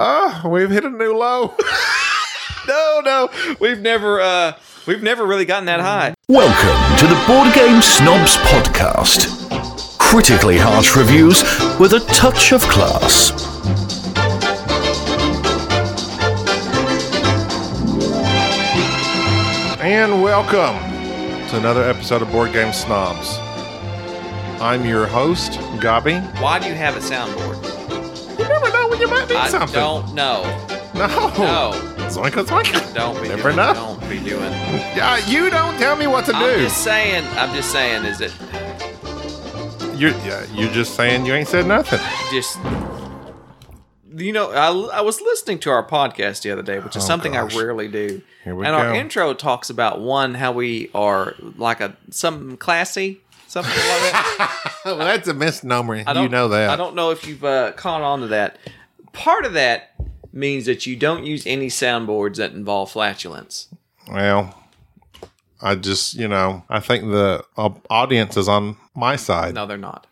oh, we've hit a new low. No, no, we've never, uh, we've never really gotten that high. Welcome to the Board Game Snobs Podcast. Critically harsh reviews with a touch of class. and welcome to another episode of Board Game Snobs. I'm your host, Gabi. Why do you have a soundboard? You never know when you might need I something. don't know. No. No, Zoinka, zoinka. don't be Never doing. know. Don't be doing. Yeah, you don't tell me what to I'm do. just saying. I'm just saying. Is it You're, yeah, you're just saying you ain't said nothing. just? You know, I, I was listening to our podcast the other day, which is Oh, something gosh. I rarely do. Here we and our go. intro talks about one how we are like a some classy something like that. well, Oh, that's a misnomer. I You don't- know that. I don't know if you've uh, caught on to that. Part of that means that you don't use any soundboards that involve flatulence. Well, I just, you know, I think the uh, audience is on my side. No, they're not.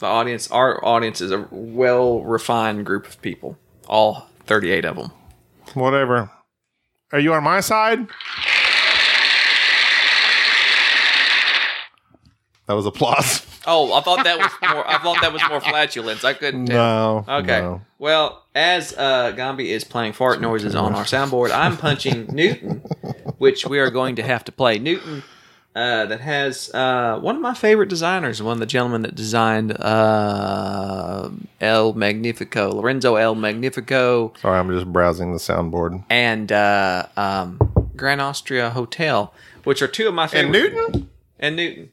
The audience, our audience, is a well refined group of people. All thirty-eight of them. Whatever. Are you on my side? That was applause. Oh, I thought that was more. I thought that was more flatulence. I couldn't tell. No. Okay. no. Well, as uh, Gombe is playing fart noises on our soundboard, I'm punching Newton, which we are going to have to play. Newton, uh, that has uh, one of my favorite designers, one of the gentlemen that designed uh, El Magnifico, Lorenzo El Magnifico, Sorry, I'm just browsing the soundboard. and uh, um, Grand Austria Hotel, which are two of my favorite. And Newton? And Newton.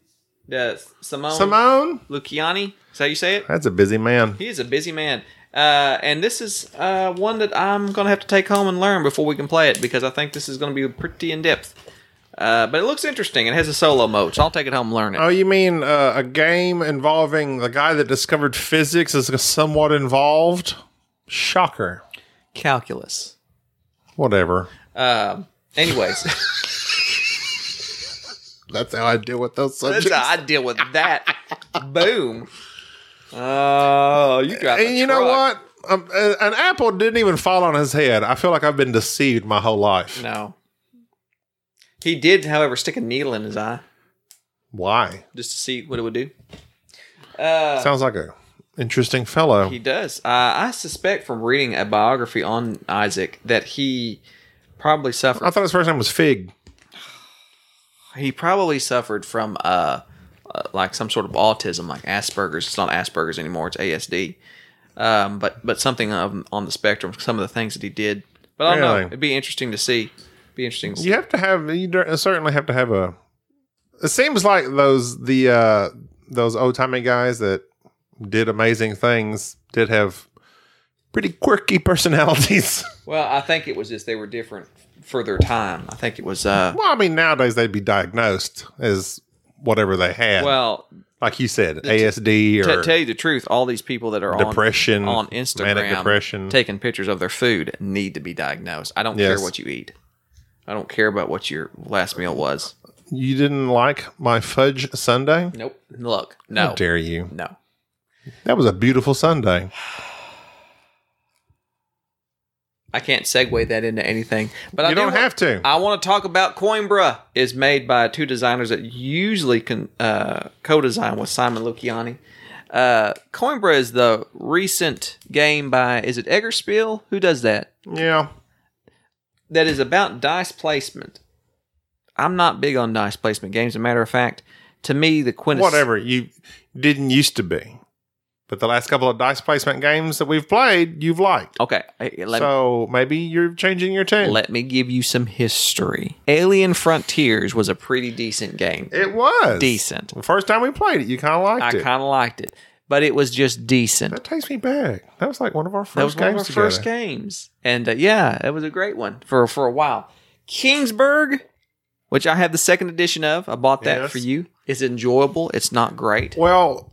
Uh, Simone, Simone? Luciani. Is that how you say it? That's a busy man. He is a busy man. Uh, and this is uh, one that I'm going to have to take home and learn before we can play it because I think this is going to be pretty in depth. Uh, but it looks interesting. It has a solo mode, so I'll take it home and learn it. Oh, you mean uh, a game involving the guy that discovered physics is somewhat involved? Shocker. Calculus. Whatever. Um, anyways, That's how I deal with those that's subjects. how I deal with that. Boom. Oh, you got and you know what? Um, uh, an apple didn't even fall on his head. I feel like I've been deceived my whole life. No. He did, however, stick a needle in his eye Why? just to see what it would do. Sounds like a interesting fellow. Uh, He does. Uh, I suspect from reading a biography on Isaac that he probably suffered. I thought his first name was Fig. He probably suffered from uh, uh, like some sort of autism, like Asperger's. It's not Asperger's anymore; it's ASD. Um, but but something um, on the spectrum. Some of the things that he did. But I don't know. Really? It'd be interesting to see. Be interesting. To see. You have to have. You dur- uh, certainly have to have a. It seems like those the uh those old timey guys that did amazing things did have pretty quirky personalities. Well, I think it was just they were different for their time. I think it was. Uh, well, I mean, nowadays they'd be diagnosed as whatever they had. well, like you said, ASD to or tell you the truth, all these people that are on- Depression, on, Instagram, manic depression. taking pictures of their food, need to be diagnosed. I don't care Yes. what you eat. I don't care about what your last meal was. you didn't like my fudge Sunday. Nope. Look, no, How dare you? no. That was a beautiful Sunday. I can't segue that into anything. But I you do don't wa- have to. I want to talk about Coimbra. is made by two designers that usually can uh, co-design with Simon Luciani. Uh, Coimbra is the recent game by is it Eggerspiel? Who does that? yeah. that is about dice placement. I'm not big on dice placement games. As a matter of fact, to me, the quintess- whatever you didn't used to be but the last couple of dice placement games that we've played you've liked Okay, eh, let, so maybe you're changing your tune let me give you some history. Alien Frontiers was a pretty decent game. it was Decent. the first time we played it you kind of liked I it kind of liked it, but it was just decent. that takes me back that was like one of our first That was games one of our first together. games, and uh, yeah, it was a great one for for a while. Kingsburg, which I have the second edition of, I bought that Yes. for you. It's enjoyable. It's not great. well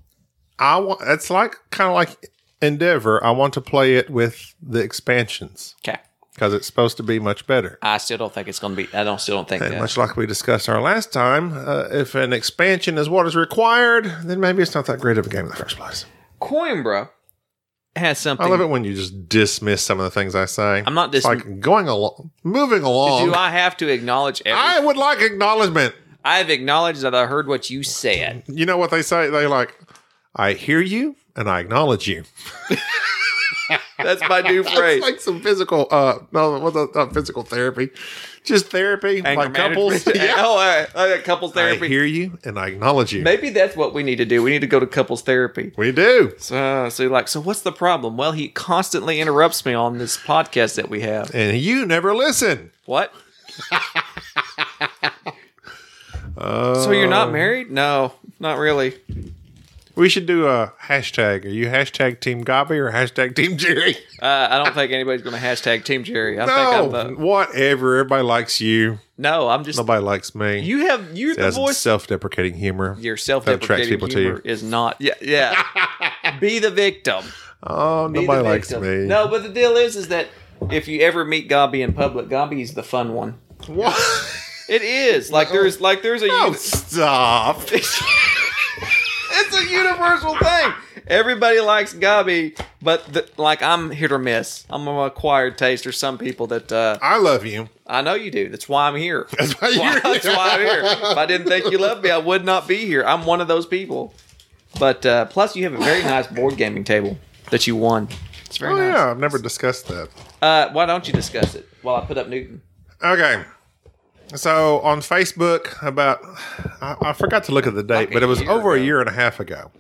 i want it's like kind of like endeavor i want to play it with the expansions Okay, because it's supposed to be much better I still don't think it's going to be. I don't still don't think And that. much like we discussed our last time, uh, if an expansion is what is required, then maybe it's not that great of a game in the first place. Coimbra has something. I love it when you just dismiss some of the things I say. I'm not It's dismi- like going along, moving along. Do I have to acknowledge every? I would like acknowledgement. I've acknowledged that I heard what you said. You know what they say? They like, I hear you and I acknowledge you. That's my new That's phrase. like some physical, uh, no, what's that, not physical therapy, just therapy, Anger like couples. management. Oh, all right. All right, couples I therapy. hear you and I acknowledge you. Maybe that's what we need to do. We need to go to couples therapy. We do. So, uh, so you're like, so what's the problem? Well, he constantly interrupts me on this podcast that we have. And you never listen. What? so you're Uh, not married? No, not really. We should do a hashtag. Are you hashtag Team Gobby or hashtag Team Jerry? Uh, I don't think anybody's going to hashtag Team Jerry. I No, think I'm the, whatever. Everybody likes you. no. I'm just Nobody likes me. you have you're the That's voice. self-deprecating humor. Your That attracts self-deprecating people humor to you. is not. Yeah, yeah. Be the victim. Oh, Be nobody the likes victim. me. No, but the deal is, is that if you ever meet Gabi in public, Gabi is the fun one. What? It is like there's like there's a Oh, uni- stop. it's a universal thing. Everybody likes Gabi, but the, like I'm hit or miss. I'm an acquired taste. There's some people that uh, I love you. I know you do. That's why I'm here. That's why you're here. that's why I'm here. If I didn't think you loved me, I would not be here. I'm one of those people. But uh, plus, you have a very nice board gaming table that you won. It's very Oh nice. yeah, I've never discussed that. Uh, why don't you discuss it while I put up Newton? Okay. So on Facebook, about I, I forgot to look at the date, Like but a it was year over a ago. year and a half ago.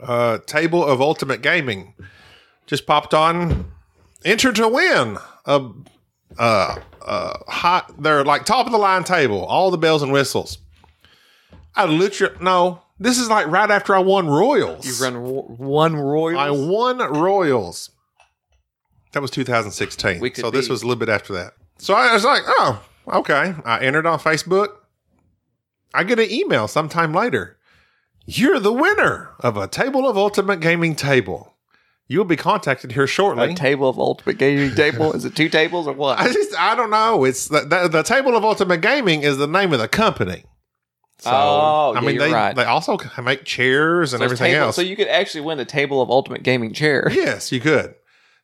Uh, Table of Ultimate Gaming just popped on. Enter to win a uh, uh, hot. They're like top of the line table. All the bells and whistles. I literally no. This is like right after I won Royals. You run ro- one royal. I won Royals. That was 2016. We could so this be- was a little bit after that. So I was like, oh, okay. I entered on Facebook. I get an email sometime later. You're the winner of a table of ultimate gaming table. You'll be contacted here shortly. a table of ultimate gaming table. Is it two tables or what? I just I don't know. It's the, the, the table of ultimate gaming is the name of the company. So, Oh, yeah, you're they right. they also make chairs and So it's everything table- else. So you could actually win the table of ultimate gaming chair. Yes, you could.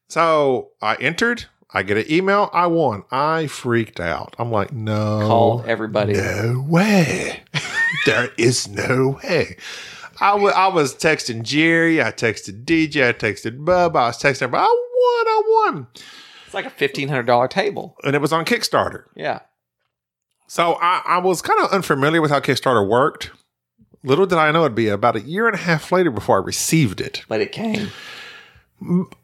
So I entered. I get an email. I won. I freaked out. I'm like, no, Called everybody. no way. there is no way. I wa- I was texting Jerry. I texted DJ. I texted Bub. I was texting everybody. I won. I won. It's like a fifteen hundred dollar table. And it was on Kickstarter. Yeah. So I, I was kind of unfamiliar with how Kickstarter worked. Little did I know it'd be about a year and a half later before I received it. But it came.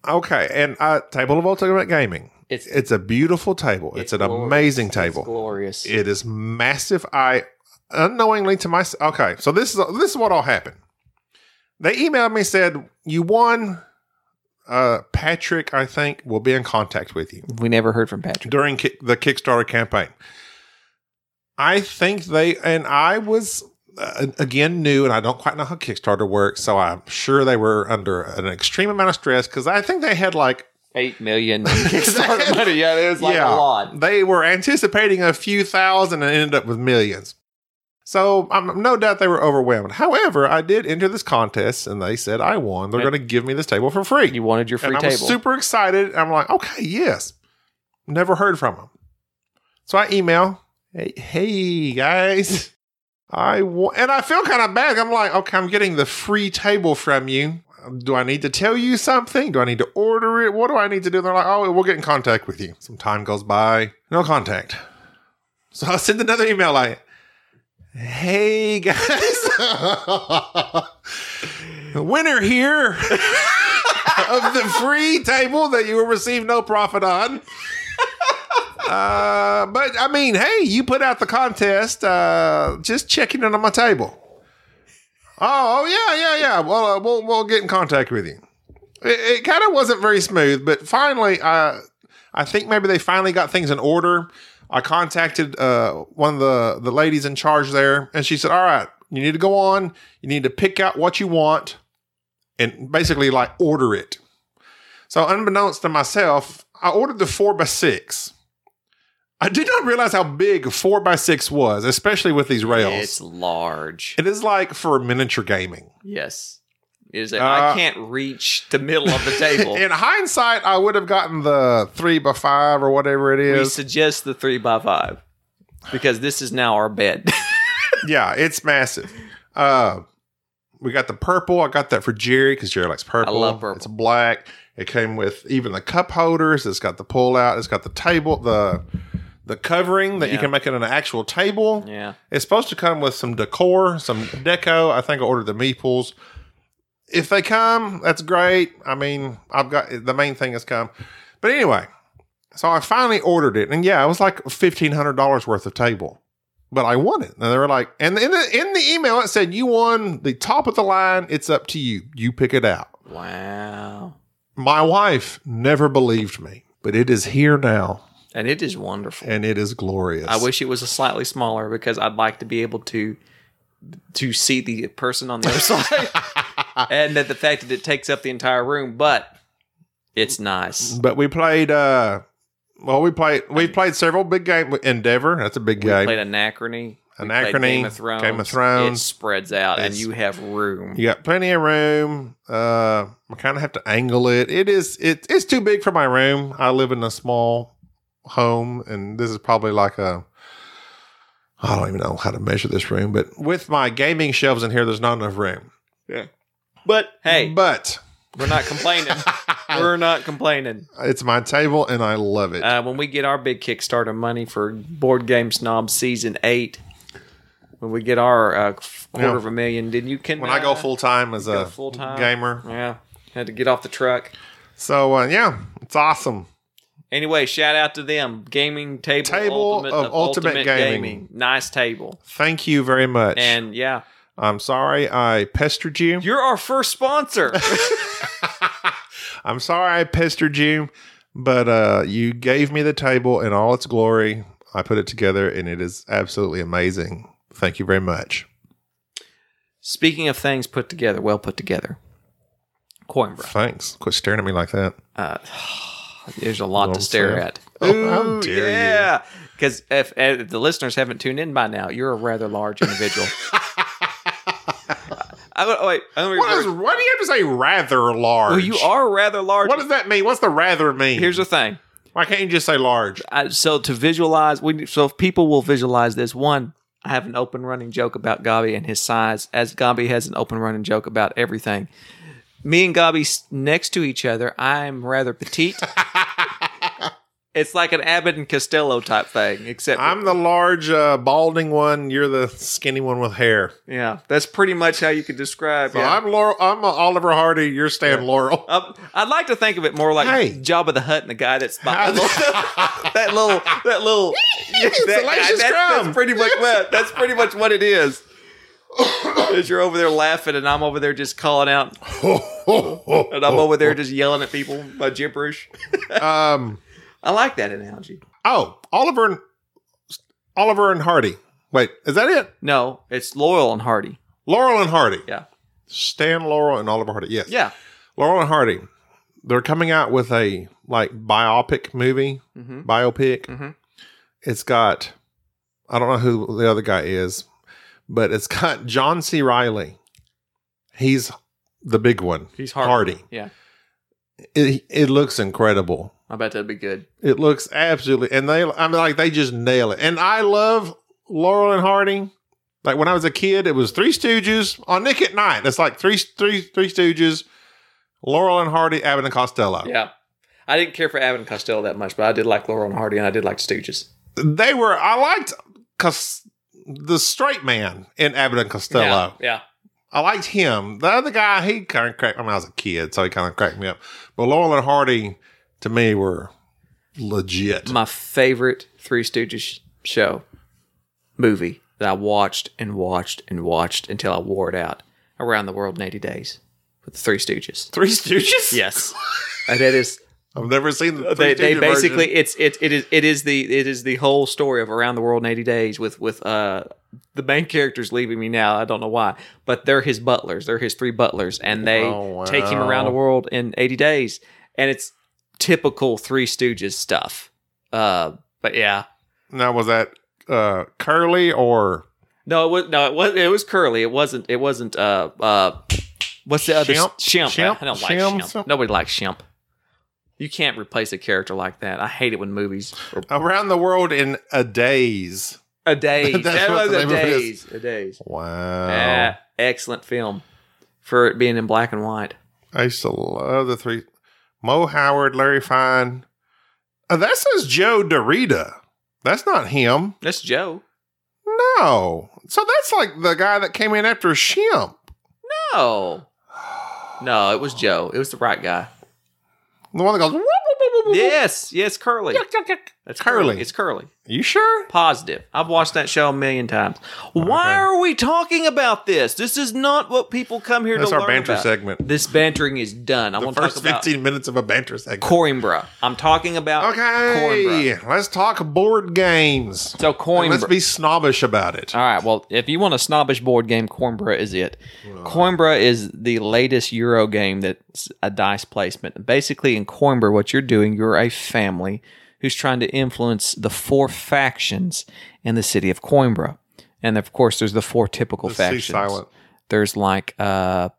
Okay, and uh, Table of Ultimate Gaming. It's It's a beautiful table. It's, It's an glorious. amazing It's table. glorious. It is massive. I unknowingly to my okay. So this is this is what all happened. They emailed me said you won. Uh, Patrick, I think, will be in contact with you we never heard from Patrick. during ki- the Kickstarter campaign. I think they and I was uh, again new, and I don't quite know how Kickstarter works, so I'm sure they were under an extreme amount of stress because I think they had like Eight million Kickstarter money. Yeah, it was like a lot. they were anticipating a few thousand and ended up with millions. So I'm no doubt they were overwhelmed. However, I did enter this contest and they said I won. They're Okay. going to give me this table for free. You wanted your and free I table. was super excited. I'm like, okay, yes. Never heard from them. So I email, hey, hey guys, I wa-, and I feel kind of bad. I'm like, okay, I'm getting the free table from you. Do I need to tell you something? Do I need to order it? What do I need to do? They're like, oh, we'll get in contact with you. Some time goes by, no contact. So I send another email like, hey guys, winner here of the free table that you will receive no profit on. Uh, but I mean, hey, you put out the contest. Uh, just checking in on my table. Oh, oh yeah, yeah, yeah. Well, uh, we'll we'll get in contact with you. It, it kind of wasn't very smooth, but finally, uh, I think maybe they finally got things in order. I contacted uh, one of the the ladies in charge there, and she said, "All right, you need to go on. You need to pick out what you want, and basically like order it." So, unbeknownst to myself, I ordered the four by six. I did not realize how big a four by six was, especially with these rails. It's large. It is like for miniature gaming. Yes. Is that Uh, I can't reach the middle of the table. In hindsight, I would have gotten the three by five or whatever it we is. suggest the three by five because this is now our bed. yeah, it's massive. Uh, we got the purple. I got that for Jerry because Jerry likes purple. love purple. It's black. It came with even the cup holders. It's got the pull out. It's got the table, the the covering that you Yeah. can make it an actual table. yeah, It's supposed to come with some decor, some deco. I think I ordered the meeples. If they come, that's great. I mean, I've got the main thing has come. But anyway, so I finally ordered it, and yeah, it was like fifteen hundred dollars worth of table. But I won it, and they were like, and in the in the email it said you won the top of the line. It's up to you. You pick it out. wow, My wife never believed me, but it is here now, and it is wonderful. and it is glorious. I wish it was a slightly smaller because I'd like to be able to to see the person on the other side, and that the fact that it takes up the entire room, but it's nice. But we played. uh Well, we played. We played several big game. Endeavor. That's a big game. Played Anachrony, we played Anachrony, Game of Thrones. Game of Thrones. It spreads out, and It's- you have room. you got plenty of room. Uh, I kind of have to angle it. It is. It, it's too big for my room. I live in a small home, and this is probably like a. I don't even know how to measure this room, but with my gaming shelves in here, there's not enough room. But hey, But we're not complaining. we're not complaining. it's my table, and I love it. Uh, when we get our big Kickstarter money for Board Game Snob Season Eight, when we get our uh, quarter Yeah. of a million, then you can when I go uh, full time as a full-time. gamer, Yeah, had to get off the truck. so uh, yeah, it's awesome. Anyway, shout out to them. Gaming table, Table of Ultimate Gaming. Nice table. Thank you very much. And yeah, I'm sorry I pestered you. you're our first sponsor. I'm sorry I pestered you, but uh, you gave me the table in all its glory. I put it together and it is absolutely amazing. Thank you very much. Speaking of things put together, well put together. Coimbra. Thanks. Quit staring at me like that. There's a lot to Don't stare say. at. Oh, how dare you. yeah. Because if, if the listeners haven't tuned in by now, you're a rather large individual. I, I, wait, I'm gonna What is? reverse- Why do you have to say rather large? well, you are rather large. What does that mean? What's the rather mean? Here's the thing. why can't you just say large? I, so to visualize, we, so if people will visualize this, one, I have an open running joke about Gabi and his size, as Gabi has an open running joke about everything. Me and Gabi s- next to each other, I'm rather petite. it's like an Abbott and Costello type thing, except I'm the large, uh, balding one. You're the skinny one with hair. yeah, that's pretty much how you could describe. So yeah. I'm Laurel. I'm Oliver Hardy. You're Stan Laurel. Um, I'd like to think of it more like Hey. Jabba the Hutt and the guy that's behind that little that little It's that guy, Salacious that's, Crumb. that's pretty much what that's pretty much what it is. Is you're over there laughing and I'm over there just calling out and I'm over there just yelling at people by gibberish. Um. I like that analogy. Oh, Oliver and Oliver and Hardy. Wait, is that it? No, it's Loyal and Hardy. Laurel and Hardy. Yeah. Stan Laurel and Oliver Hardy. Yes. Yeah. Laurel and Hardy. They're coming out with a like biopic movie. Mhm. Biopic. Mhm. It's got I don't know who the other guy is, but it's got John C. Riley. He's the big one. He's Hardy. Yeah. It, it looks incredible. I bet that'd be good. It looks absolutely, and they, I mean, like they just nail it. And I love Laurel and Hardy. Like when I was a kid, it was Three Stooges on Nick at Night. It's like three, three, three Stooges, Laurel and Hardy, Abbott and Costello. Yeah. I didn't care for Abbott and Costello that much, but I did like Laurel and Hardy and I did like Stooges. They were. I liked Cos- the straight man in Abbott and Costello. Yeah. I liked him. The other guy, he kind of cracked. I mean, I was a kid, so he kind of cracked me up. But Laurel and Hardy, to me, were legit. my favorite Three Stooges sh- show movie that I watched and watched and watched until I wore it out. Around the World in 80 Days with the Three Stooges. Three Stooges. Yes, and it is. I've never seen the. Three They, Stooges they version. basically it's it, it is it is the it is the whole story of Around the World in 80 Days with with uh the main character's leaving me now. I don't know why, but they're his butlers. They're his three butlers, and they Oh, take him wow. around the world in 80 days, and it's typical Three Stooges stuff. Uh, but yeah, Now was that uh curly or No, it was no, it was it was curly. It wasn't. It wasn't. Uh, uh, What's the other Shemp? Shemp? Shemp? I don't like Shem Shemp. something? Nobody likes Shemp. You can't replace a character like that. I hate it when movies are Around the world in a days. a days. That's that what was the a name of it is. Oh. days. A days. Wow. Ah, excellent film for it being in black and white. I used to love the three Mo Howard, Larry Fine. Uh, that says Joe Dorita. That's not him. That's Joe. No. So that's like the guy that came in after Shemp. No, no, it was Joe. It was the right guy. The one that goes, whoop, whoop, whoop, whoop, whoop. Yes, yes, Curly. Yuck, yuck, yuck. That's Curly. It's Curly. You sure? Positive. I've watched that show a million times. Why Okay. are we talking about this? This is not what people come here That's to our learn banter about. segment. This bantering is done. I The want to first talk about 15 minutes of a banter segment. Coimbra. I'm talking about Coimbra. okay. Let's talk board games. So Coimbra. And Let's be snobbish about it. All right. Well, if you want a snobbish board game, Coimbra is it. Coimbra is the latest Euro game that's a dice placement. Basically, in Coimbra, what you're doing, you're a family who's trying to influence the four factions in the city of Coimbra. And of course, there's the four typical Let's see factions. silent. There's like uh,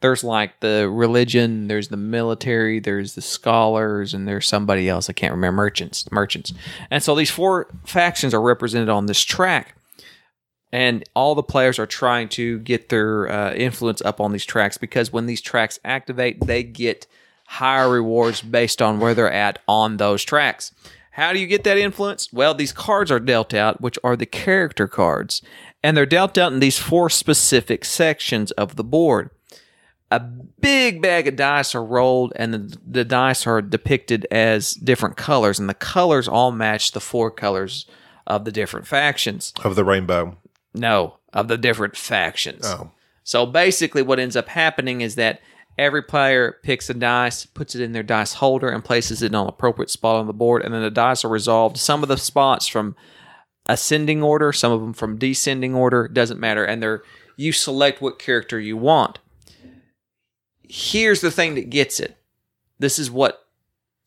there's like the religion, there's the military, there's the scholars, and there's somebody else I can't remember. Merchants, merchants, and so these four factions are represented on this track and all the players are trying to get their uh, influence up on these tracks because when these tracks activate, they get higher rewards based on where they're at on those tracks. How do you get that influence? Well, these cards are dealt out, which are the character cards, and they're dealt out in these four specific sections of the board a big bag of dice are rolled and the, the dice are depicted as different colors and the colors all match the four colors of the different factions Of the rainbow. no of the different factions Oh. so basically what ends up happening is that every player picks a dice puts it in their dice holder and places it on an appropriate spot on the board and then the dice are resolved some of the spots from ascending order, some of them from descending order, doesn't matter. And they're you select what character you want. Here's the thing that gets it. This is what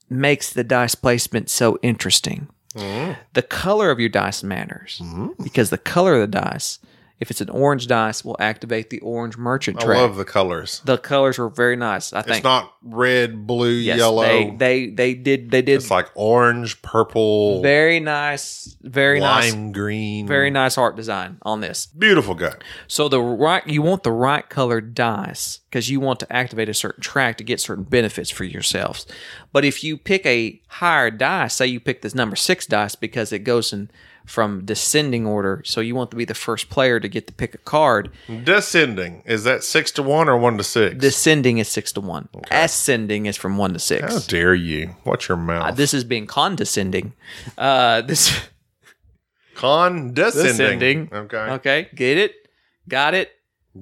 makes the dice placement so interesting. Mm-hmm. The color of your dice matters because the color of the dice, if it's an orange dice, will activate the orange merchant I track. love the colors. the colors were very nice. I It's think not red, blue, Yes, yellow. They, they they did they did it's like orange, purple, very nice, very nice, lime green. very nice art design on this. Beautiful guy. So the right you want the right colored dice because you want to activate a certain track to get certain benefits for yourselves. But if you pick a higher dice, say you pick this number six dice because it goes in from descending order, so you want to be the first player to get to pick a card. Descending. Is that six to one or one to six? Descending is six to one. Ascending is from one to six. How dare you? Watch your mouth. Uh, this is being condescending. Uh, this Condescending. Descending. Okay. okay, get it, got it.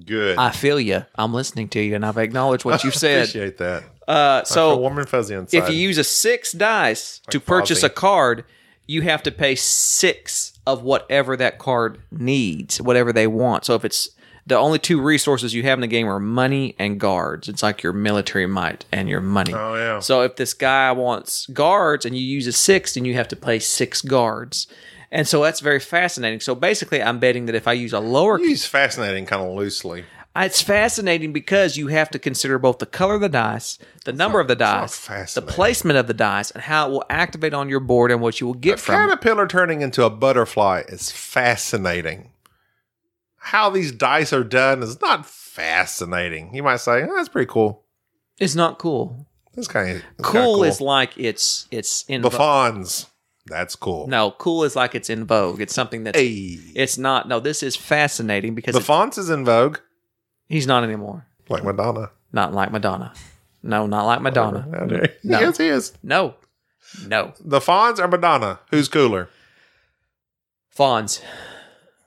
Good. I feel you. I'm listening to you, and I've acknowledged what you've said. Appreciate that. Uh, so I feel warm and fuzzy inside. If you use a six dice to purchase Frosty. a card, you have to pay six of whatever that card needs, whatever they want. So if it's the only two resources you have in the game are money and guards. It's like your military might and your money. oh yeah. So if this guy wants guards and you use a six, then you have to play six guards. And so that's very fascinating. So basically, I'm betting that if I use a lower He's fascinating, kind of loosely. it's fascinating because you have to consider both the color of the dice, the number of the dice, the fascinating. placement of the dice, and how it will activate on your board and what you will get from it. Caterpillar turning into a butterfly is fascinating. How these dice are done is not fascinating. You might say, oh, that's pretty cool. It's not cool. That's kind of Cool, is like it's it's in vogue. Buffons. That's cool. No, cool is like it's in vogue. It's something that's Hey. it's not. No, this is fascinating because The it- fonts is in vogue, he's not anymore. like Madonna. Not like Madonna. No, not like Madonna. How dare you? No. Yes, he is. No, no. The Fonz or Madonna? Who's cooler? Fawns.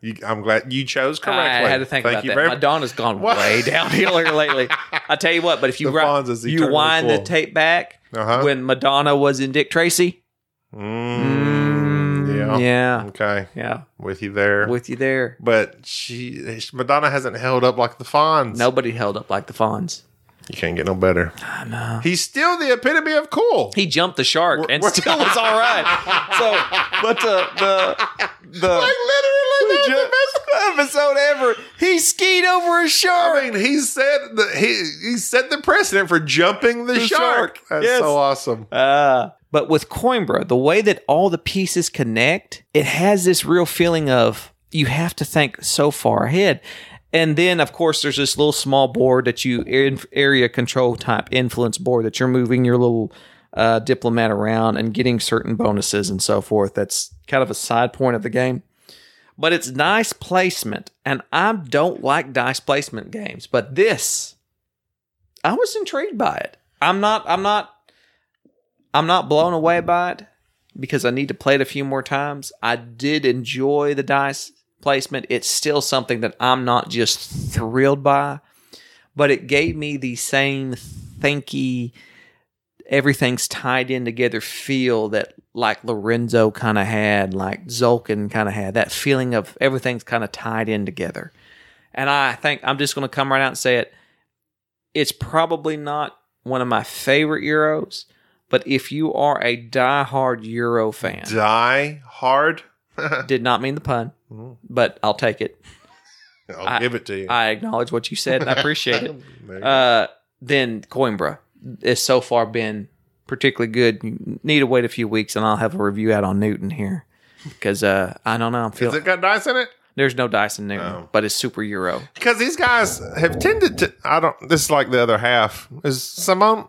You, I'm glad you chose correctly. I had to think Thank about you that. very- Madonna's gone What? way downhill here lately. I tell you what, but if you The ri- Fonz is you eternally wind the cool. tape back Uh-huh. when Madonna was in Dick Tracy, Mm, yeah. yeah, Okay. yeah, With you there. with you there. but she Madonna hasn't held up like the Fonz. Nobody held up like the Fonz. You can't get no better. I know. He's still the epitome of cool. He jumped the shark and we're- still was all right. So, but uh, the the the. like literally that's the best episode ever. He skied over a shark. I mean, he said the he he set the precedent for jumping the, The shark. shark. That's Yes. so awesome. Uh, but with Coimbra, the way that all the pieces connect, it has this real feeling of you have to think so far ahead. And then, of course, there's this little small board that you in- area control type influence board that you're moving your little uh, diplomat around and getting certain bonuses and so forth. That's kind of a side point of the game. But it's dice placement, and I don't like dice placement games. But this, I was intrigued by it. I'm not. I'm not I'm not blown away by it because I need to play it a few more times. I did enjoy the dice placement. It's still something that I'm not just thrilled by, but it gave me the same thinky, everything's tied in together feel that like Lorenzo kind of had, like Zolkin kind of had, that feeling of everything's kind of tied in together. And I think I'm just going to come right out and say it. It's probably not one of my favorite Euros, but if you are a diehard Euro fan, Die hard. did not mean the pun, Mm. but I'll take it. I'll I- give it to you. I acknowledge what you said and I appreciate it. There you go. Uh, then Coimbra has so far been particularly good. You need to wait a few weeks and I'll have a review out on Newton here because uh, I don't know. I'm Has feeling it got dice in it? there's no dice in Newton, Oh. but it's super Euro. Because these guys have tended to. I don't. This is like the other half. Is Simone?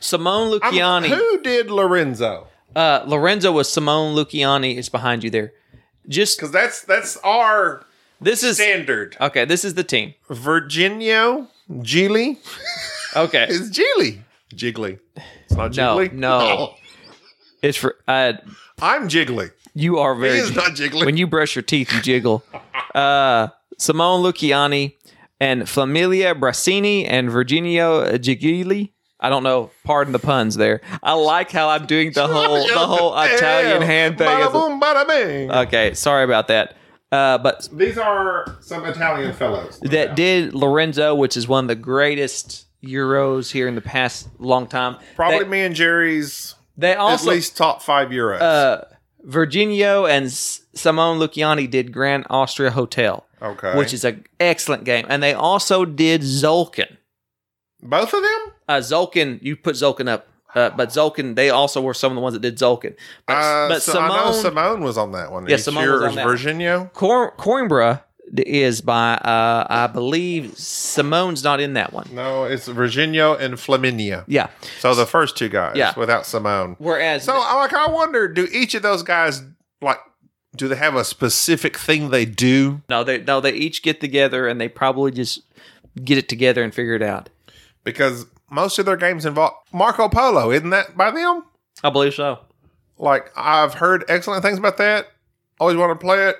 Simone I'm- Luciani, who did Lorenzo? uh, Lorenzo was Simone Luciani is behind you there. Just Because that's that's our this is standard. okay. This is the team. Virginio Gigli Okay, is Gigli. Jiggly. It's not No, Jiggly. Oh, no. it's for uh, I'm Jiggly. you are He very is not Jiggly. when you brush your teeth, you jiggle. Uh, Simone Luciani and Familia Brassini and Virginio Gigili. I don't know. Pardon the puns there. I like how I'm doing the whole the whole Italian hand thing. Bada as a- Uh, boom, bada bing. Okay, sorry about that. Uh, but These are some Italian fellows. that did Lorenzo, which is one of the greatest Euros here in the past long time. Probably They, me and Jerry's they at also least top five euros. uh, Virginio and S- Simone Luciani did Grand Austria Hotel. okay. which is an excellent game. And they also did Zolkin. Both of them? Uh, Zolkin, you put Zolkin up, uh, but Zolkin, they also were some of the ones that did Zolkin. But, Uh, but so Simone, I know Simone was on that one. Yeah, Is Simone was yours on that. Virginio? Cor- Coimbra is by, uh, I believe, Simone's not in that one. No, it's Virginio and Flaminia. Yeah. So the first two guys Yeah. without Simone. Whereas, So I- like I wonder, do each of those guys like do they have a specific thing they do? no, they no, they each get together and they probably just get it together and figure it out. Because most of their games involve Marco Polo, isn't that by them? I believe so. Like I've heard excellent things about that. Always wanted to play it,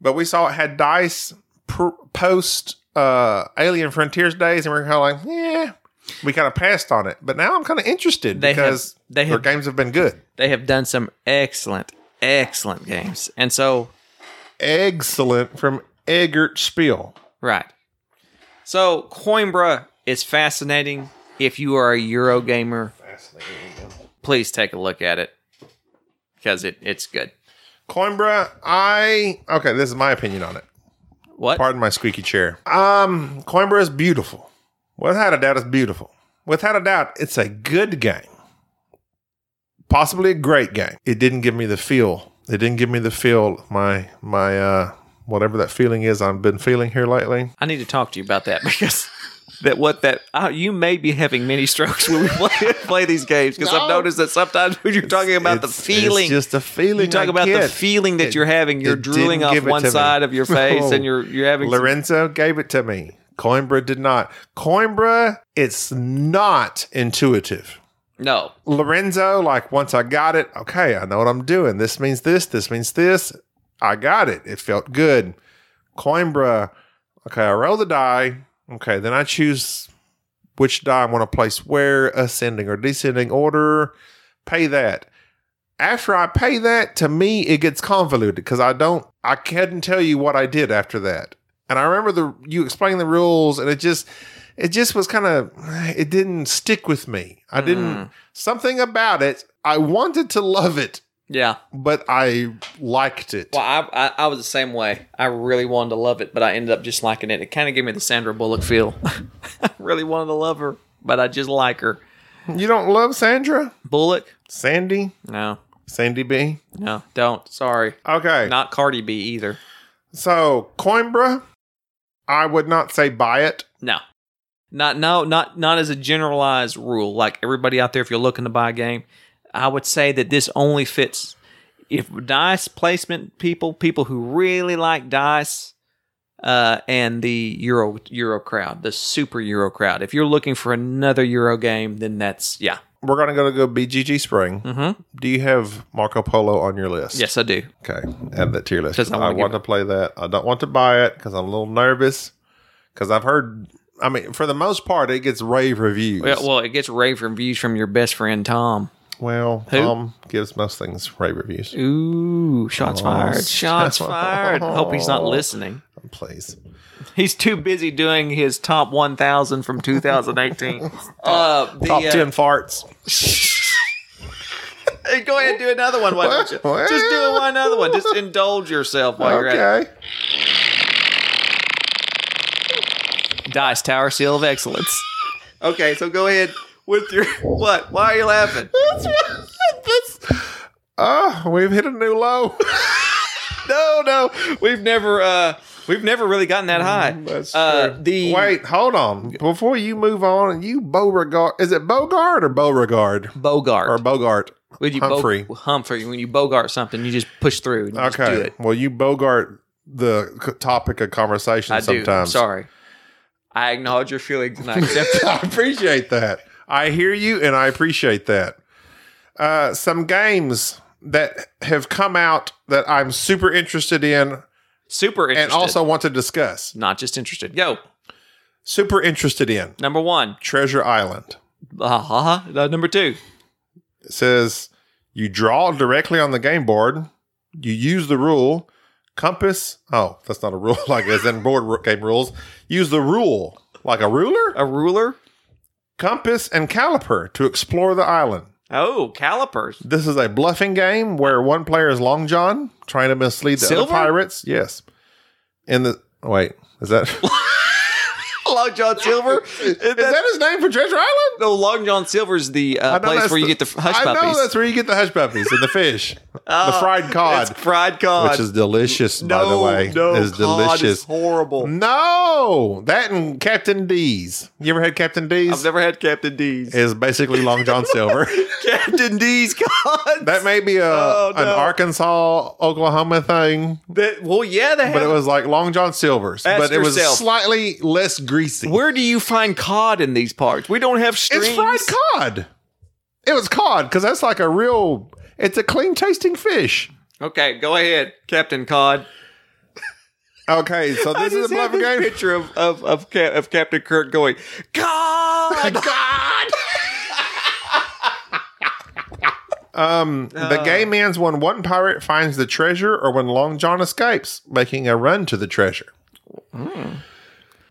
but we saw it had dice pr- post uh, Alien Frontiers days, and we are kind of like, yeah, we kind of passed on it. But now I'm kind of interested They have- because they their have- games have been good, They have done some excellent, excellent games. And so excellent from Eggert Spiel. Right. So Coimbra is fascinating. If you are a Euro gamer, please take a look at it because it, it's good. Coimbra, I okay. This is my opinion on it. What? Pardon my squeaky chair. Um, Coimbra is beautiful. Without a doubt, it's beautiful. Without a doubt, it's a good game. Possibly a great game. It didn't give me the feel. It didn't give me the feel. My my uh whatever that feeling is I've been feeling here lately. I need to talk to you about that because that what that uh, you may be having mini strokes when we play, play these games because I've No. noticed that sometimes when you're talking about the It's- feeling. It's just a feeling. you talk I about the get. feeling that It- you're having. You're it didn't drooling off give it one to me. side of your face, No. and you're you're having some- Lorenzo gave it to me. Coimbra did not. Coimbra, it's not intuitive. no. Lorenzo, like once I got it, okay, I know what I'm doing. This means this, this means this. I got it. It felt good. Coimbra, okay, I roll the die. Okay, then I choose which die I want to place where, ascending or descending order. Pay that. After I pay that, to me, it gets convoluted because I don't, I couldn't tell you what I did after that. And I remember the you explaining the rules, and it just, it just was kind of, it didn't stick with me. I didn't Mm. something about it. I wanted to love it, Yeah. but I liked it. Well, I, I I was the same way. I really wanted to love it, but I ended up just liking it. It kind of gave me the Sandra Bullock feel. I really wanted to love her, but I just like her. You don't love Sandra? Bullock? Sandy? No, Sandy B? no, don't. Sorry, Okay. not Cardi B either. so, Coimbra, I would not say buy it. No, not no, not not as a generalized rule. Like everybody out there, if you're looking to buy a game, I would say that this only fits if dice placement people, people who really like dice, uh, and the Euro Euro crowd, the super Euro crowd. If you're looking for another Euro game, then that's yeah. We're going to go to go BGG Spring. Mm-hmm. Do you have Marco Polo on your list? Yes, I do. Okay. Add that to your list. 'Cause I I, wanna want give- to play that. I don't want to buy it because I'm a little nervous. Because I've heard, I mean, for the most part, it gets rave reviews. Well, well, it gets rave reviews from your best friend Tom. Well, Who? Tom gives most things rave reviews. Ooh, shots fired! Shots fired! Hope he's not listening. Please. He's too busy doing his top 1,000 from 2018. uh, the, Top uh, 10 farts. hey, go ahead and do another one. Why don't you? What? Just do one another one. Just indulge yourself while you're at Okay. it. Dice Tower Seal of Excellence. Okay, so go ahead with your. What? Why are you laughing? That's right. That's. Oh, we've hit a new low. No, no. We've never. uh We've never really gotten that high. Mm, That's uh, true. The Wait, hold on. Before you move on, you Beauregard. Is it Bogart or Beauregard? Bogart. Or Bogart? when you Humphrey. Bo- Humphrey. When you Bogart something, you just push through. And you Just do Okay. it. Well, you Bogart the c- topic of conversation I do. I'm sometimes. sorry. I acknowledge your feelings and I accept them. I appreciate that. I hear you and I appreciate that. Uh, some games that have come out that I'm super interested in Super interested. and also want to discuss. not just interested. Go. Super interested in Number one. Treasure Island. Uh-huh. Uh, number two. It says you draw directly on the game board. You use the rule compass. Oh, that's not a rule. Like as in board ru- game rules, use the rule like a ruler, A ruler. compass, and caliper to explore the island. Oh, calipers. This is a bluffing game where one player is Long John trying to mislead the Silver? other pirates. Yes. In the wait, is that is Long John Silver. Is that, that his name for Treasure Island? no, Long John Silver's the I uh, know place that's where you get the f- hush I puppies. know that's where you get the hush puppies and the fish, the fried cod. It's fried cod. which is delicious, no, by the way. no, is cod delicious. Is horrible. no, that and Captain D's. You ever had Captain I've D's? never had Captain D's. Is basically Long John Silver. Captain D's cod. that may be a Oh, an no. Arkansas, Oklahoma thing, That- well, yeah, they have. but it was like Long John Silver's, Ask but it was yourself. slightly less greasy. where do you find cod in these parts? We don't have streams. it's fried cod. It was cod because that's like a real. It's a clean tasting fish. Okay, go ahead, Captain Cod. Okay, so I this is a just have bluff game. picture of of of, Cap- of Captain Kirk going, God. God. um, the gay man's when one pirate finds the treasure, or when Long John escapes, making a run to the treasure.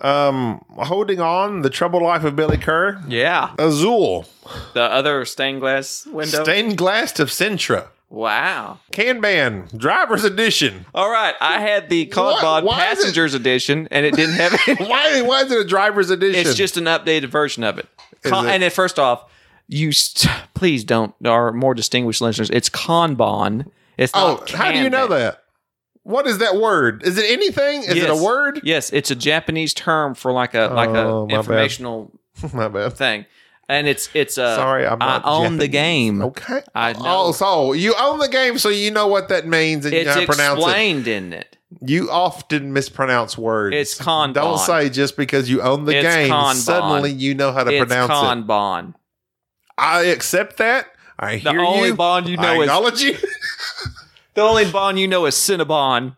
Um, holding on the troubled life of Billy Kerr, yeah, Azul, the other stained glass window. stained glass of Sintra, wow. Kanban, driver's edition. All right, I had the Cod What? Bod Why is it- Passengers edition, and it didn't have it. Why? Why is it a driver's edition? It's just an updated version of it. Con- it- And then first off, you st- please don't. Our more distinguished listeners, it's Kanban. It's Oh, not how do you know Kanban. that? What is that word? Is it anything? Is it a Yes. word? Yes, it's a Japanese term for like a like Oh, a my bad. informational My bad. thing, and it's it's uh, Sorry, I'm I not own Japanese. the game. Okay. I know. Oh, so you own the game, so you know what that means and you It's know how to pronounce it. explained in it. You often mispronounce words. It's Kanban. Don't say just because you own the It's game, Kanban. suddenly you know how to It's pronounce it. Kanban. I accept that. I The hear only you. bond you I know is acknowledge you. the only bond you know is Cinnabon.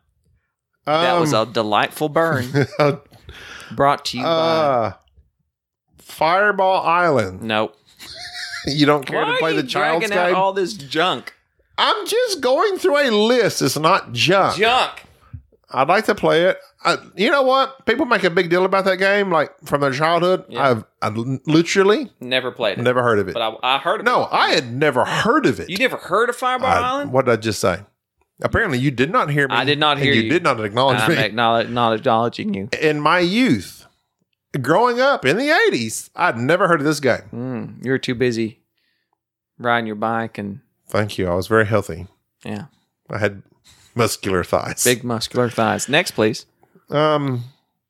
That was Um, a delightful burn. Brought to you by uh, Fireball Island. no. You don't care Why to are play you the child's dragging out game? all this junk? Uh, I'm just going through a list. It's not junk. Junk. I'd like to play it. I, you know what? People make a big deal about that game, like from their childhood. Yeah. I've I literally Never played it. never heard of it. But I, I heard of it. no, I had never heard of it. You never heard of Fireball I- Island? What did I just say? Apparently, you did not hear me. I did not and hear you. did not acknowledge I'm me. acknowledge, not acknowledging you. in my youth, growing up in the 80s, I'd never heard of this game. Mm, you were too busy riding your bike and Thank you. I was very healthy. yeah, I had muscular thighs. big muscular thighs. Next, please. um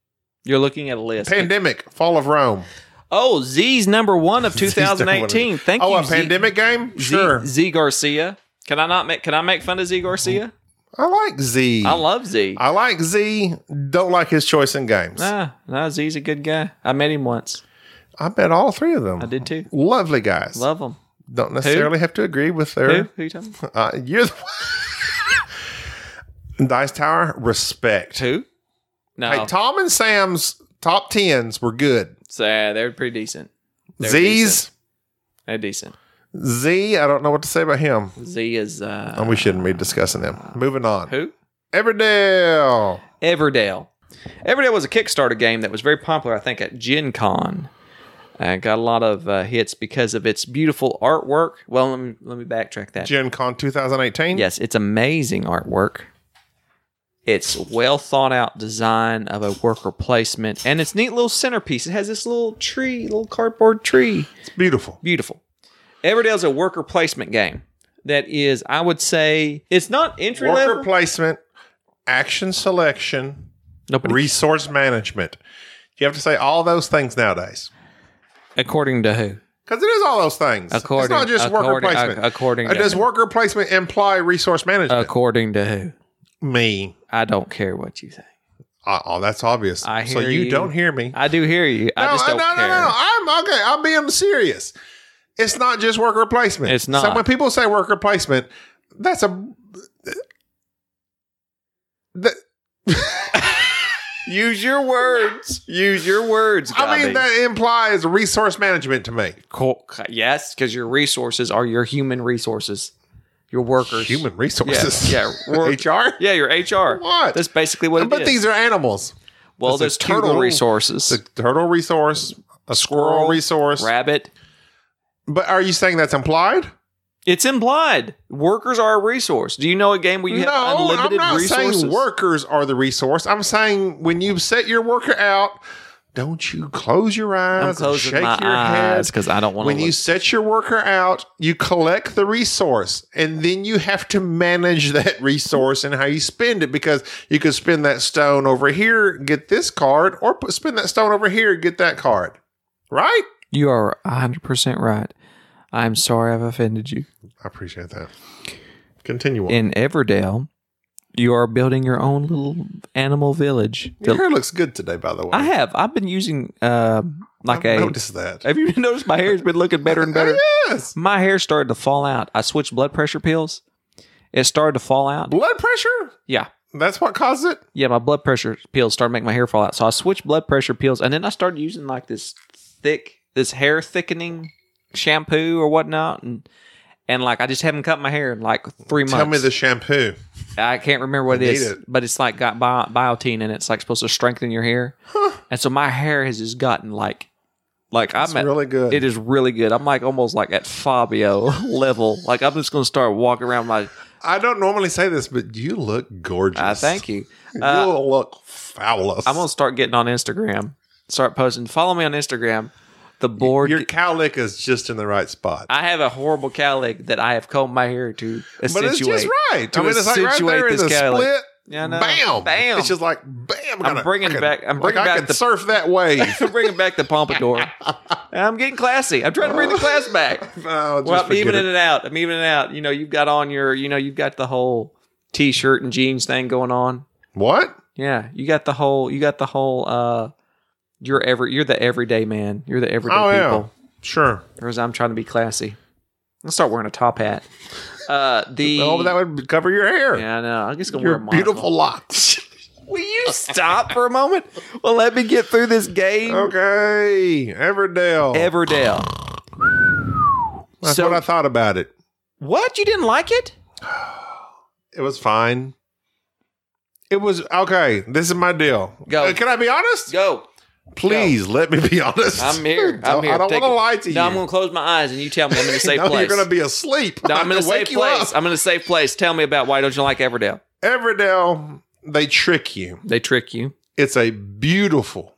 You're looking at a list. pandemic, fall of Rome. oh, Z's number one of Z's number one. 2018. Thank oh, you. a Z- pandemic game? Z, Sure. Z Garcia. Can I not make? Can I make fun of Z Garcia? I like Z. I love Z. I like Z. Don't like his choice in games. Ah, no, Z's a good guy. I met him once. I bet all three of them. I did too. Lovely guys. Love him. Don't necessarily have to agree with their. Who? Who you talking about? Uh, you're the Dice Tower. Respect. Who? Oh. No, Hey, Tom and Sam's top tens were good. so, uh, they're pretty decent. They're Z's They're decent. Z. I don't know what to say about him. Z is uh, and we shouldn't be discussing him. Moving on. who? Everdale. Everdale. Everdale was a Kickstarter game that was very popular, I think, at Gen Con. Uh, got a lot of uh, hits because of its beautiful artwork. Well, let me let me backtrack that. Gen Con 2018. Yes, it's amazing artwork. It's well thought out design of a worker placement, and it's neat little centerpiece. It has this little tree, little cardboard tree. It's beautiful. Beautiful. Everdale's a worker placement game that is, I would say, it's not entry Worker level. placement, action selection, Nobody resource management. You have to say all those things nowadays. according to who? Because it is all those things. it's According- not just worker according- placement. ac- according Uh, to- does worker placement imply resource management? According to who? me. I don't care what you think. Uh, oh, that's obvious. I so hear you, you. don't hear me. I do hear you. I just don't no, no, care. no, no. I'm okay. I'm being serious. It's not just worker placement. It's not. So when people say worker placement, that's a. That, Use your words. Use your words. I mean, Gobby. that implies resource management to me. Co- yes, because your resources are your human resources, your workers. Human resources. Yeah, yeah. Work- HR. Yeah, your HR. What? That's basically what it but is. these are animals. well, it's a there's cute turtle little- resources. It's a turtle resource, a squirrel, Squirrel, resource. rabbit. But are you saying that's implied? It's implied. Workers are a resource. Do you know a game where you no, have unlimited I'm not resources? saying workers are the resource. I'm saying when you set your worker out, don't you close your I'm eyes and closing shake my your eyes head. because I don't want When to. you set your worker out, you collect the resource and then you have to manage that resource and how you spend it because you could spend that stone over here, get this card, or put, spend that stone over here, get that card. Right? You are 100% right. I'm sorry I've offended you. I appreciate that. Continue on. In Everdale, you are building your own little animal village. your hair looks good today, by the way. I have. I've been using uh, like I a. noticed that. Oh, Have you noticed my hair's been looking better and better? yes. My hair started to fall out. I switched blood pressure pills. It started to fall out. Blood pressure? Yeah. That's what caused it? Yeah, my blood pressure pills started making my hair fall out. So I switched blood pressure pills and then I started using like this thick, this hair thickening shampoo or whatnot. And and like I just haven't cut my hair in like three months. Tell me the shampoo. I can't remember what it I is, need it. but it's like got bio- biotin and it's like supposed to strengthen your hair. And so my hair has just gotten like, like I'm It's at, really good. it is really good. I'm like almost like at Fabio level. Like I'm just gonna start walking around my. uh, I don't normally say this, but you look gorgeous. I thank you. You Uh, look foulous. I'm gonna start getting on Instagram. Start posting. Follow me on Instagram. The board. Your cowlick is just in the right spot. I have a horrible cowlick that I have combed my hair to but accentuate. it's just right. to I mean, it's like right accentuate there in this the cowlick. split. Yeah, I know. Bam! Bam. It's just like bam. I'm bringing back- I'm like bringing I back can the- surf that wave. I'm bringing back the pompadour. And I'm getting classy. I'm trying to bring the class back. oh, just Well, I'm forget evening it. it. out. I'm evening it out. You know, you've got on your, you know, you've got the whole t-shirt and jeans thing going on. What? Yeah, you got the whole, you got the whole. uh You're every, you're the everyday man. You're the everyday Oh, yeah. people. Sure. Or as I'm trying to be classy. I'll start wearing a top hat. Uh The Oh, that would cover your hair. yeah, I know. I'm just gonna your wear a monocle. beautiful locks. Will you stop for a moment? Well, let me get through this game. Oh. okay, Everdale. Everdale. That's so- what I thought about it. What? You didn't like it? It was fine. It was okay. This is my deal. Go. Uh, can I be honest? Go. Please let me be honest. I'm here. I'm No, here. I don't Take want to it. lie to you. No, I'm going to close my eyes and you tell me I'm in a safe no, place. you're gonna be asleep. no, I'm gonna in a safe wake you place. up. I'm in a safe place. Tell me about why don't you like Everdale? Everdale, they trick you. They trick you. It's a beautiful.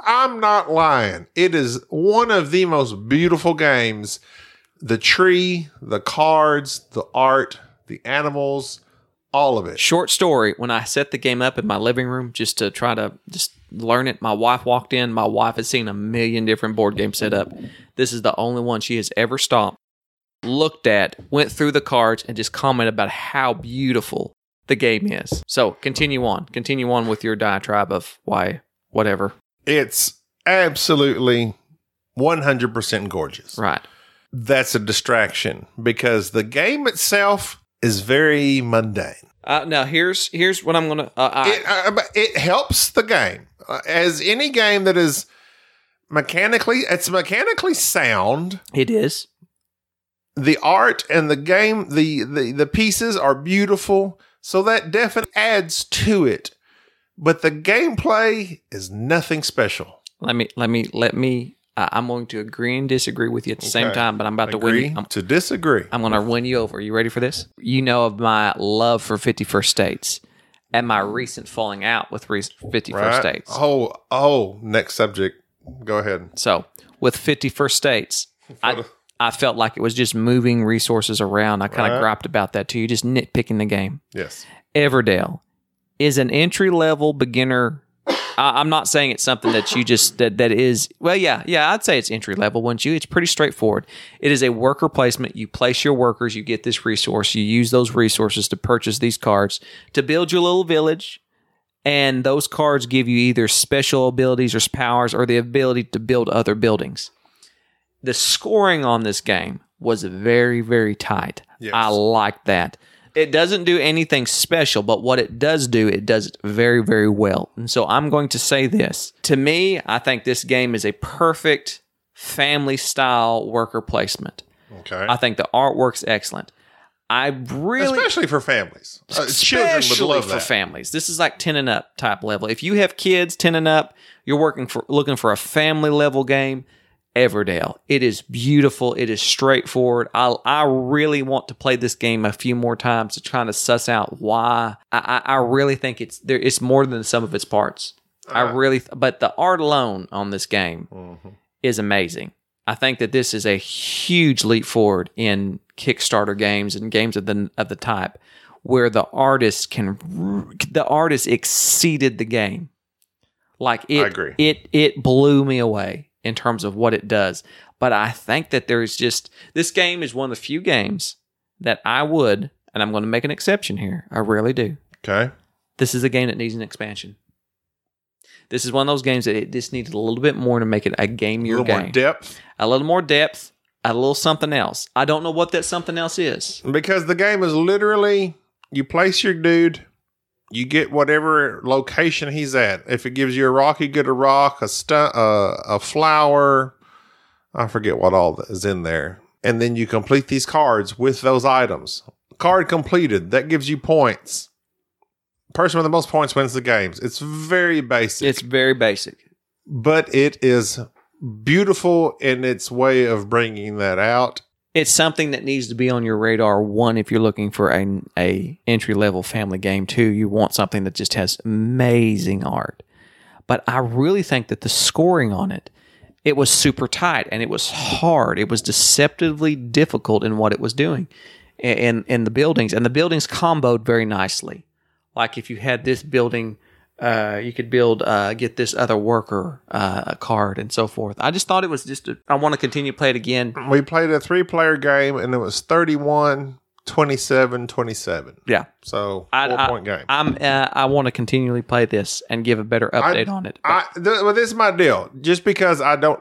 I'm not lying. It is one of the most beautiful games. The tree, the cards, the art, the animals, all of it. Short story, when I set the game up in my living room just to try to just learn it, my wife walked in. My wife has seen a million different board games set up. This is the only one she has ever stopped, looked at, went through the cards, and just commented about how beautiful the game is. So continue on. Continue on with your diatribe of why, whatever. It's absolutely 100% gorgeous. Right. That's a distraction because the game itself is very mundane. Uh, now here's here's what I'm gonna. Uh, I, it, uh, but it helps the game Uh, as any game that is mechanically it's mechanically sound it is. the art and the game the the, the pieces are beautiful so that definitely adds to it but the gameplay is nothing special Let me let me let me. I I'm going to agree and disagree with you at the same Okay. time, but I'm about to win. agree You. I'm, to disagree I'm going to win you over. You ready for this? You know of my love for 51st states and my recent falling out with re- 51st Mm. right states. oh oh next subject go ahead So with 51st states, I, I felt like it was just moving resources around. I kind of Right. griped about that too. You're just nitpicking the game. yes Everdale is an entry level beginner. I, I'm not saying it's something that you just that that is. Well, yeah, yeah, I'd say it's entry level. Wouldn't you? It's pretty straightforward. It is a worker placement. You place your workers. You get this resource. You use those resources to purchase these cards to build your little village. And those cards give you either special abilities or powers or the ability to build other buildings. The scoring on this game was very, very tight. Yes. I like that. It doesn't do anything special, but what it does do, it does it very, very well. And so I'm going to say this. To me, I think this game is a perfect family style worker placement. okay I think the artwork's excellent. I really especially for families Uh, children would especially love for that. families. This is like ten and up type level. If you have kids ten and up, you're working for looking for a family level game. Everdale. It is beautiful. It is straightforward. I I really want to play this game a few more times to try to suss out why. I I, I really think it's there. It's more than the sum of its parts. Uh-huh. I really. th- But the art alone on this game Mm-hmm. is amazing. I think that this is a huge leap forward in Kickstarter games and games of the of the type where the artist can r- the artist exceeded the game. Like it agree. it it blew me away in terms of what it does. But I think that there is just this game is one of the few games that I would and I'm going to make an exception here. I really do okay this is a game that needs an expansion. This is one of those games that it just needed a little bit more to make it a a gamier little game. more depth a little more depth, a little something else. I don't know what that something else is. Because the game is literally you place your dude, you get whatever location he's at. If it gives you a rock, you get a rock, a stu- uh, a flower. I forget what all that is in there. And then you complete these cards with those items. Card completed, that gives you points. Person with the most points wins the games. It's very basic, It's very basic. but it is beautiful in its way of bringing that out. It's something that needs to be on your radar. One, if you're looking for a, a entry level family game, two, you want something that just has amazing art. But I really think that the scoring on it, it was super tight and it was hard. It was deceptively difficult in what it was doing, and in, in the buildings, and the buildings comboed very nicely. Like if you had this building, uh, you could build, uh, get this other worker uh, a card, and so forth. I just thought it was just. A, I want to continue to play it again. we played a three player game and it was 31 27 27 Yeah. so four I- point game I, I'm uh, I want to continually play this and give a better update on it. th- well, this is my deal just because i don't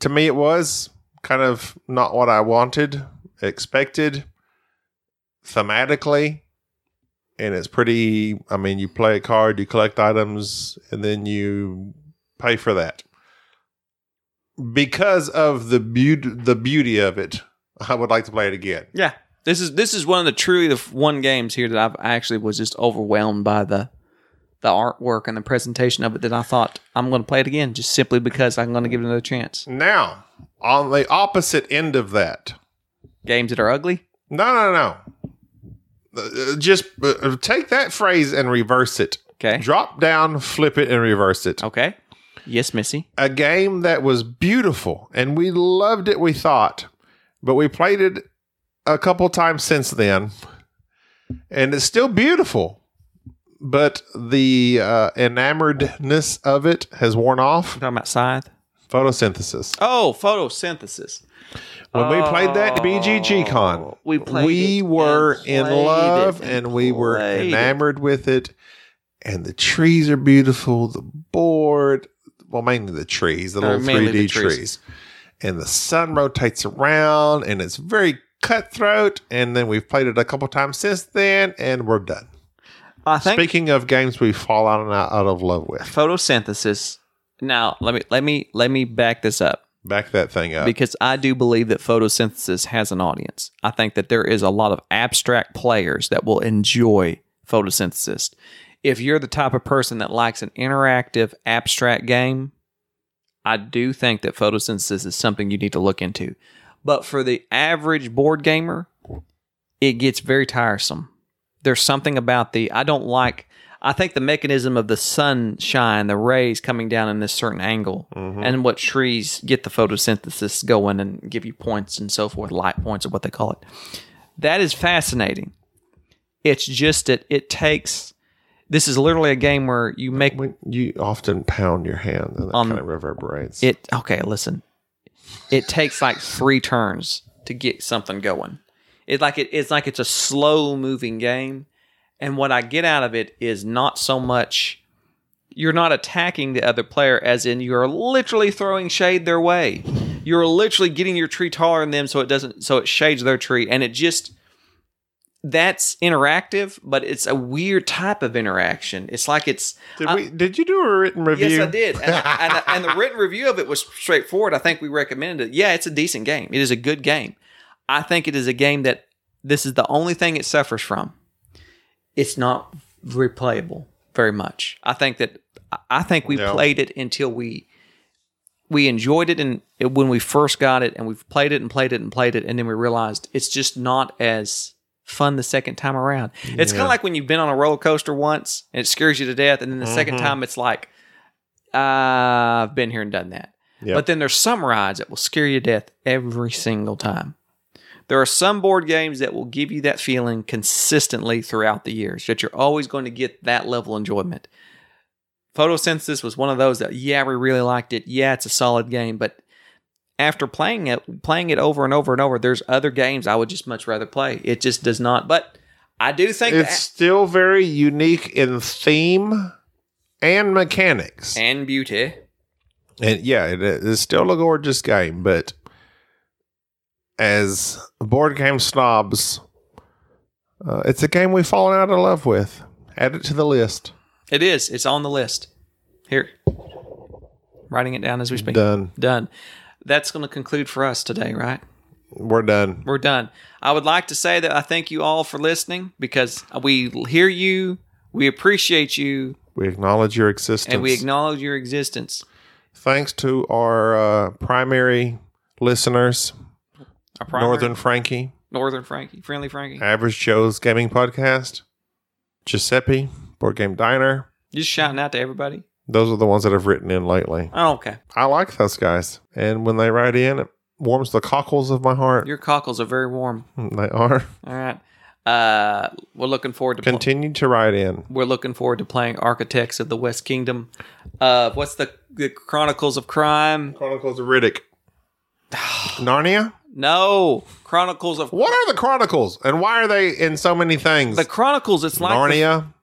to me it was kind of not what i wanted expected thematically and it's pretty i mean you play a card you collect items and then you pay for that because of the beauty the beauty of it i would like to play it again yeah, This is this is one of the truly the f- one games here that I've actually was just overwhelmed by the the artwork and the presentation of it that I thought I'm going to play it again just simply because I'm going to give it another chance. Now, on the opposite end of that, Games that are ugly. no, no, no. Uh, uh, Just uh, take that phrase and reverse it. Okay. Drop down, flip it, and reverse it. Okay. Yes, Missy. a game that was beautiful and we loved it, we thought, but we played it a couple times since then. And it's still beautiful, but the uh, enamoredness of it has worn off. I'm talking about Scythe. Photosynthesis. Oh, photosynthesis. Oh. When we played that BGG Con, We played we it were and in played it love and and, we were played it. enamored with it. And the trees are beautiful. The board, well, mainly the trees, the Uh, little mainly 3D the trees. trees. And the sun rotates around and it's very cutthroat. And then we've played it a couple times since then and we're done. I think Speaking of games we fall out, and out of love with, photosynthesis. Now let me let me let me back this up back that thing up. because I do believe that photosynthesis has an audience. I think that there is a lot of abstract players that will enjoy photosynthesis. If you're the type of person that likes an interactive abstract game, I do think that photosynthesis is something you need to look into. But for the average board gamer, it gets very tiresome. There's something about the I don't like I think the mechanism of the sunshine, the rays coming down in this certain angle, and what trees get the photosynthesis going and give you points and so forth, light points or what they call it. That is fascinating. It's just that it takes this is literally a game where you make when you often pound your hand and that On- kind of reverberates. Um, it okay, listen. It takes like three turns to get something going. It's like it, it's like it's a slow moving game. And what I get out of it is not so much you're not attacking the other player as in you're literally throwing shade their way. You're literally getting your tree taller than them so it doesn't so it shades their tree and it just that's interactive, but it's a weird type of interaction. It's like it's did, I- we, did you do a written review? Yes, I did. And, I- and, I- and the written review of it was straightforward. I think we recommended it. Yeah, it's a decent game. It is a good game. I think it is a game that this is the only thing it suffers from. It's not replayable very much. I think that I- I think we No. played it until we we enjoyed it and it, when we first got it and we've played it and played it and played it and then we realized it's just not as fun the second time around. It's kind of like when you've been on a roller coaster once and it scares you to death and then the second time it's like uh, I've been here and done that. Yeah. But then there's some rides that will scare you to death every single time. There are some board games that will give you that feeling consistently throughout the years that you're always going to get that level of enjoyment. Photosynthesis was one of those that yeah, we really liked it. Yeah, it's a solid game, but after playing it playing it over and over and over, there's other games I would just much rather play. It just does not. But I do think it's still very unique in theme and mechanics. that, and beauty. And yeah, it, it's still a gorgeous game, but as board game snobs, uh, it's a game we've fallen out of love with. Add it to the list. It is. It's on the list. Here. Writing it down as we speak. Done. Done. That's going to conclude for us today, right? We're done. We're done. I would like to say that I thank you all for listening because we hear you, we appreciate you, We acknowledge your existence. and we acknowledge your existence. Thanks to our uh, primary listeners, Our primary- Northern Uh, Frankie, Northern Frankie, Friendly Frankie. Average Joe's Gaming Podcast, Giuseppe, Board Game Diner. Just shouting out to everybody. Those are the ones that have written in lately. Oh, okay. I like those guys. And when they write in, it warms the cockles of my heart. Your cockles are very warm. They are. All right. Uh, we're looking forward to pl- Continue to write in. we're looking forward to playing Architects of the West Kingdom. Uh, what's the the Chronicles of Crime? Chronicles of Riddick. Narnia? No, Chronicles of What are the Chronicles? And why are they in so many things? the Chronicles. It's like the- Narnia?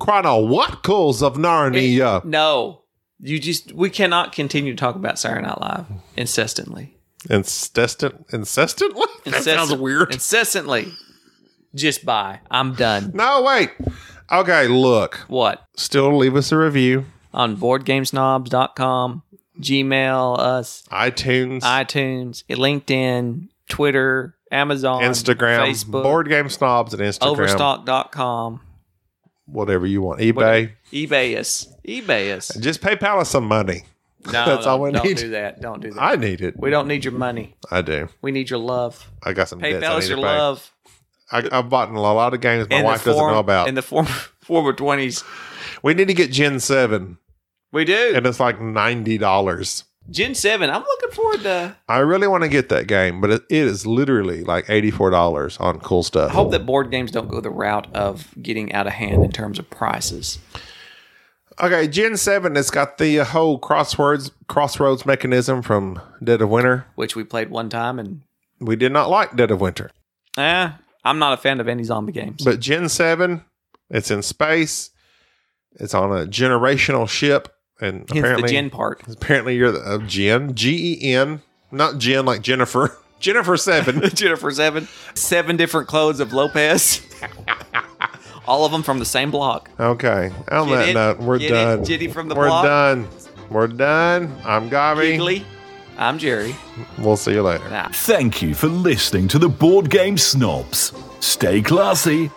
Chrono what Chronicles of Narnia. no, you just we cannot continue to talk about Saturday Night Live incessantly. Incessant. Incessantly? That sounds Incessant- weird. Incessantly, just bye. I'm done. No, wait. Okay, look. What Still leave us a review. on BoardGameSnobs.com, Gmail us, iTunes. iTunes, LinkedIn, Twitter, Amazon, Instagram, Facebook, board game snobs, and Instagram. Overstock.com, Whatever you want, eBay. Whatever. eBay us, eBay us. Just PayPal us some money. No, That's no, all we don't need. do that. Don't do that. I need it. we don't need your money. I do. We need your love. I got some debts. I PayPal need is to your pay. love. I, I've bought in a lot of games my in the wife doesn't form- know about. in the form former twenties. we need to get Gen Seven, We do. and it's like ninety dollars. Gen Seven. I'm looking forward to. I really want to get that game, but it, it is literally like eighty four dollars on cool stuff. I hope that board games don't go the route of getting out of hand in terms of prices. Okay, Gen Seven. It's got the uh, whole crosswords crossroads mechanism from Dead of Winter. which we played one time, and We did not like Dead of Winter, eh, I'm not a fan of any zombie games. but Gen Seven. It's in space. It's on a generational ship, and Hence apparently the gen part. Apparently, you're the uh, Jen, G E N, not Jen like Jennifer. Jennifer Seven. Jennifer Seven, seven different clothes of Lopez, all of them from the same block. okay. On Get that it? note, we're Get it? done. Jitty from the we're block? done. We're done. I'm Gabi. Giggly. I'm Jerry. We'll see you later. Nah. Thank you for listening to the Board Game Snobs. Stay classy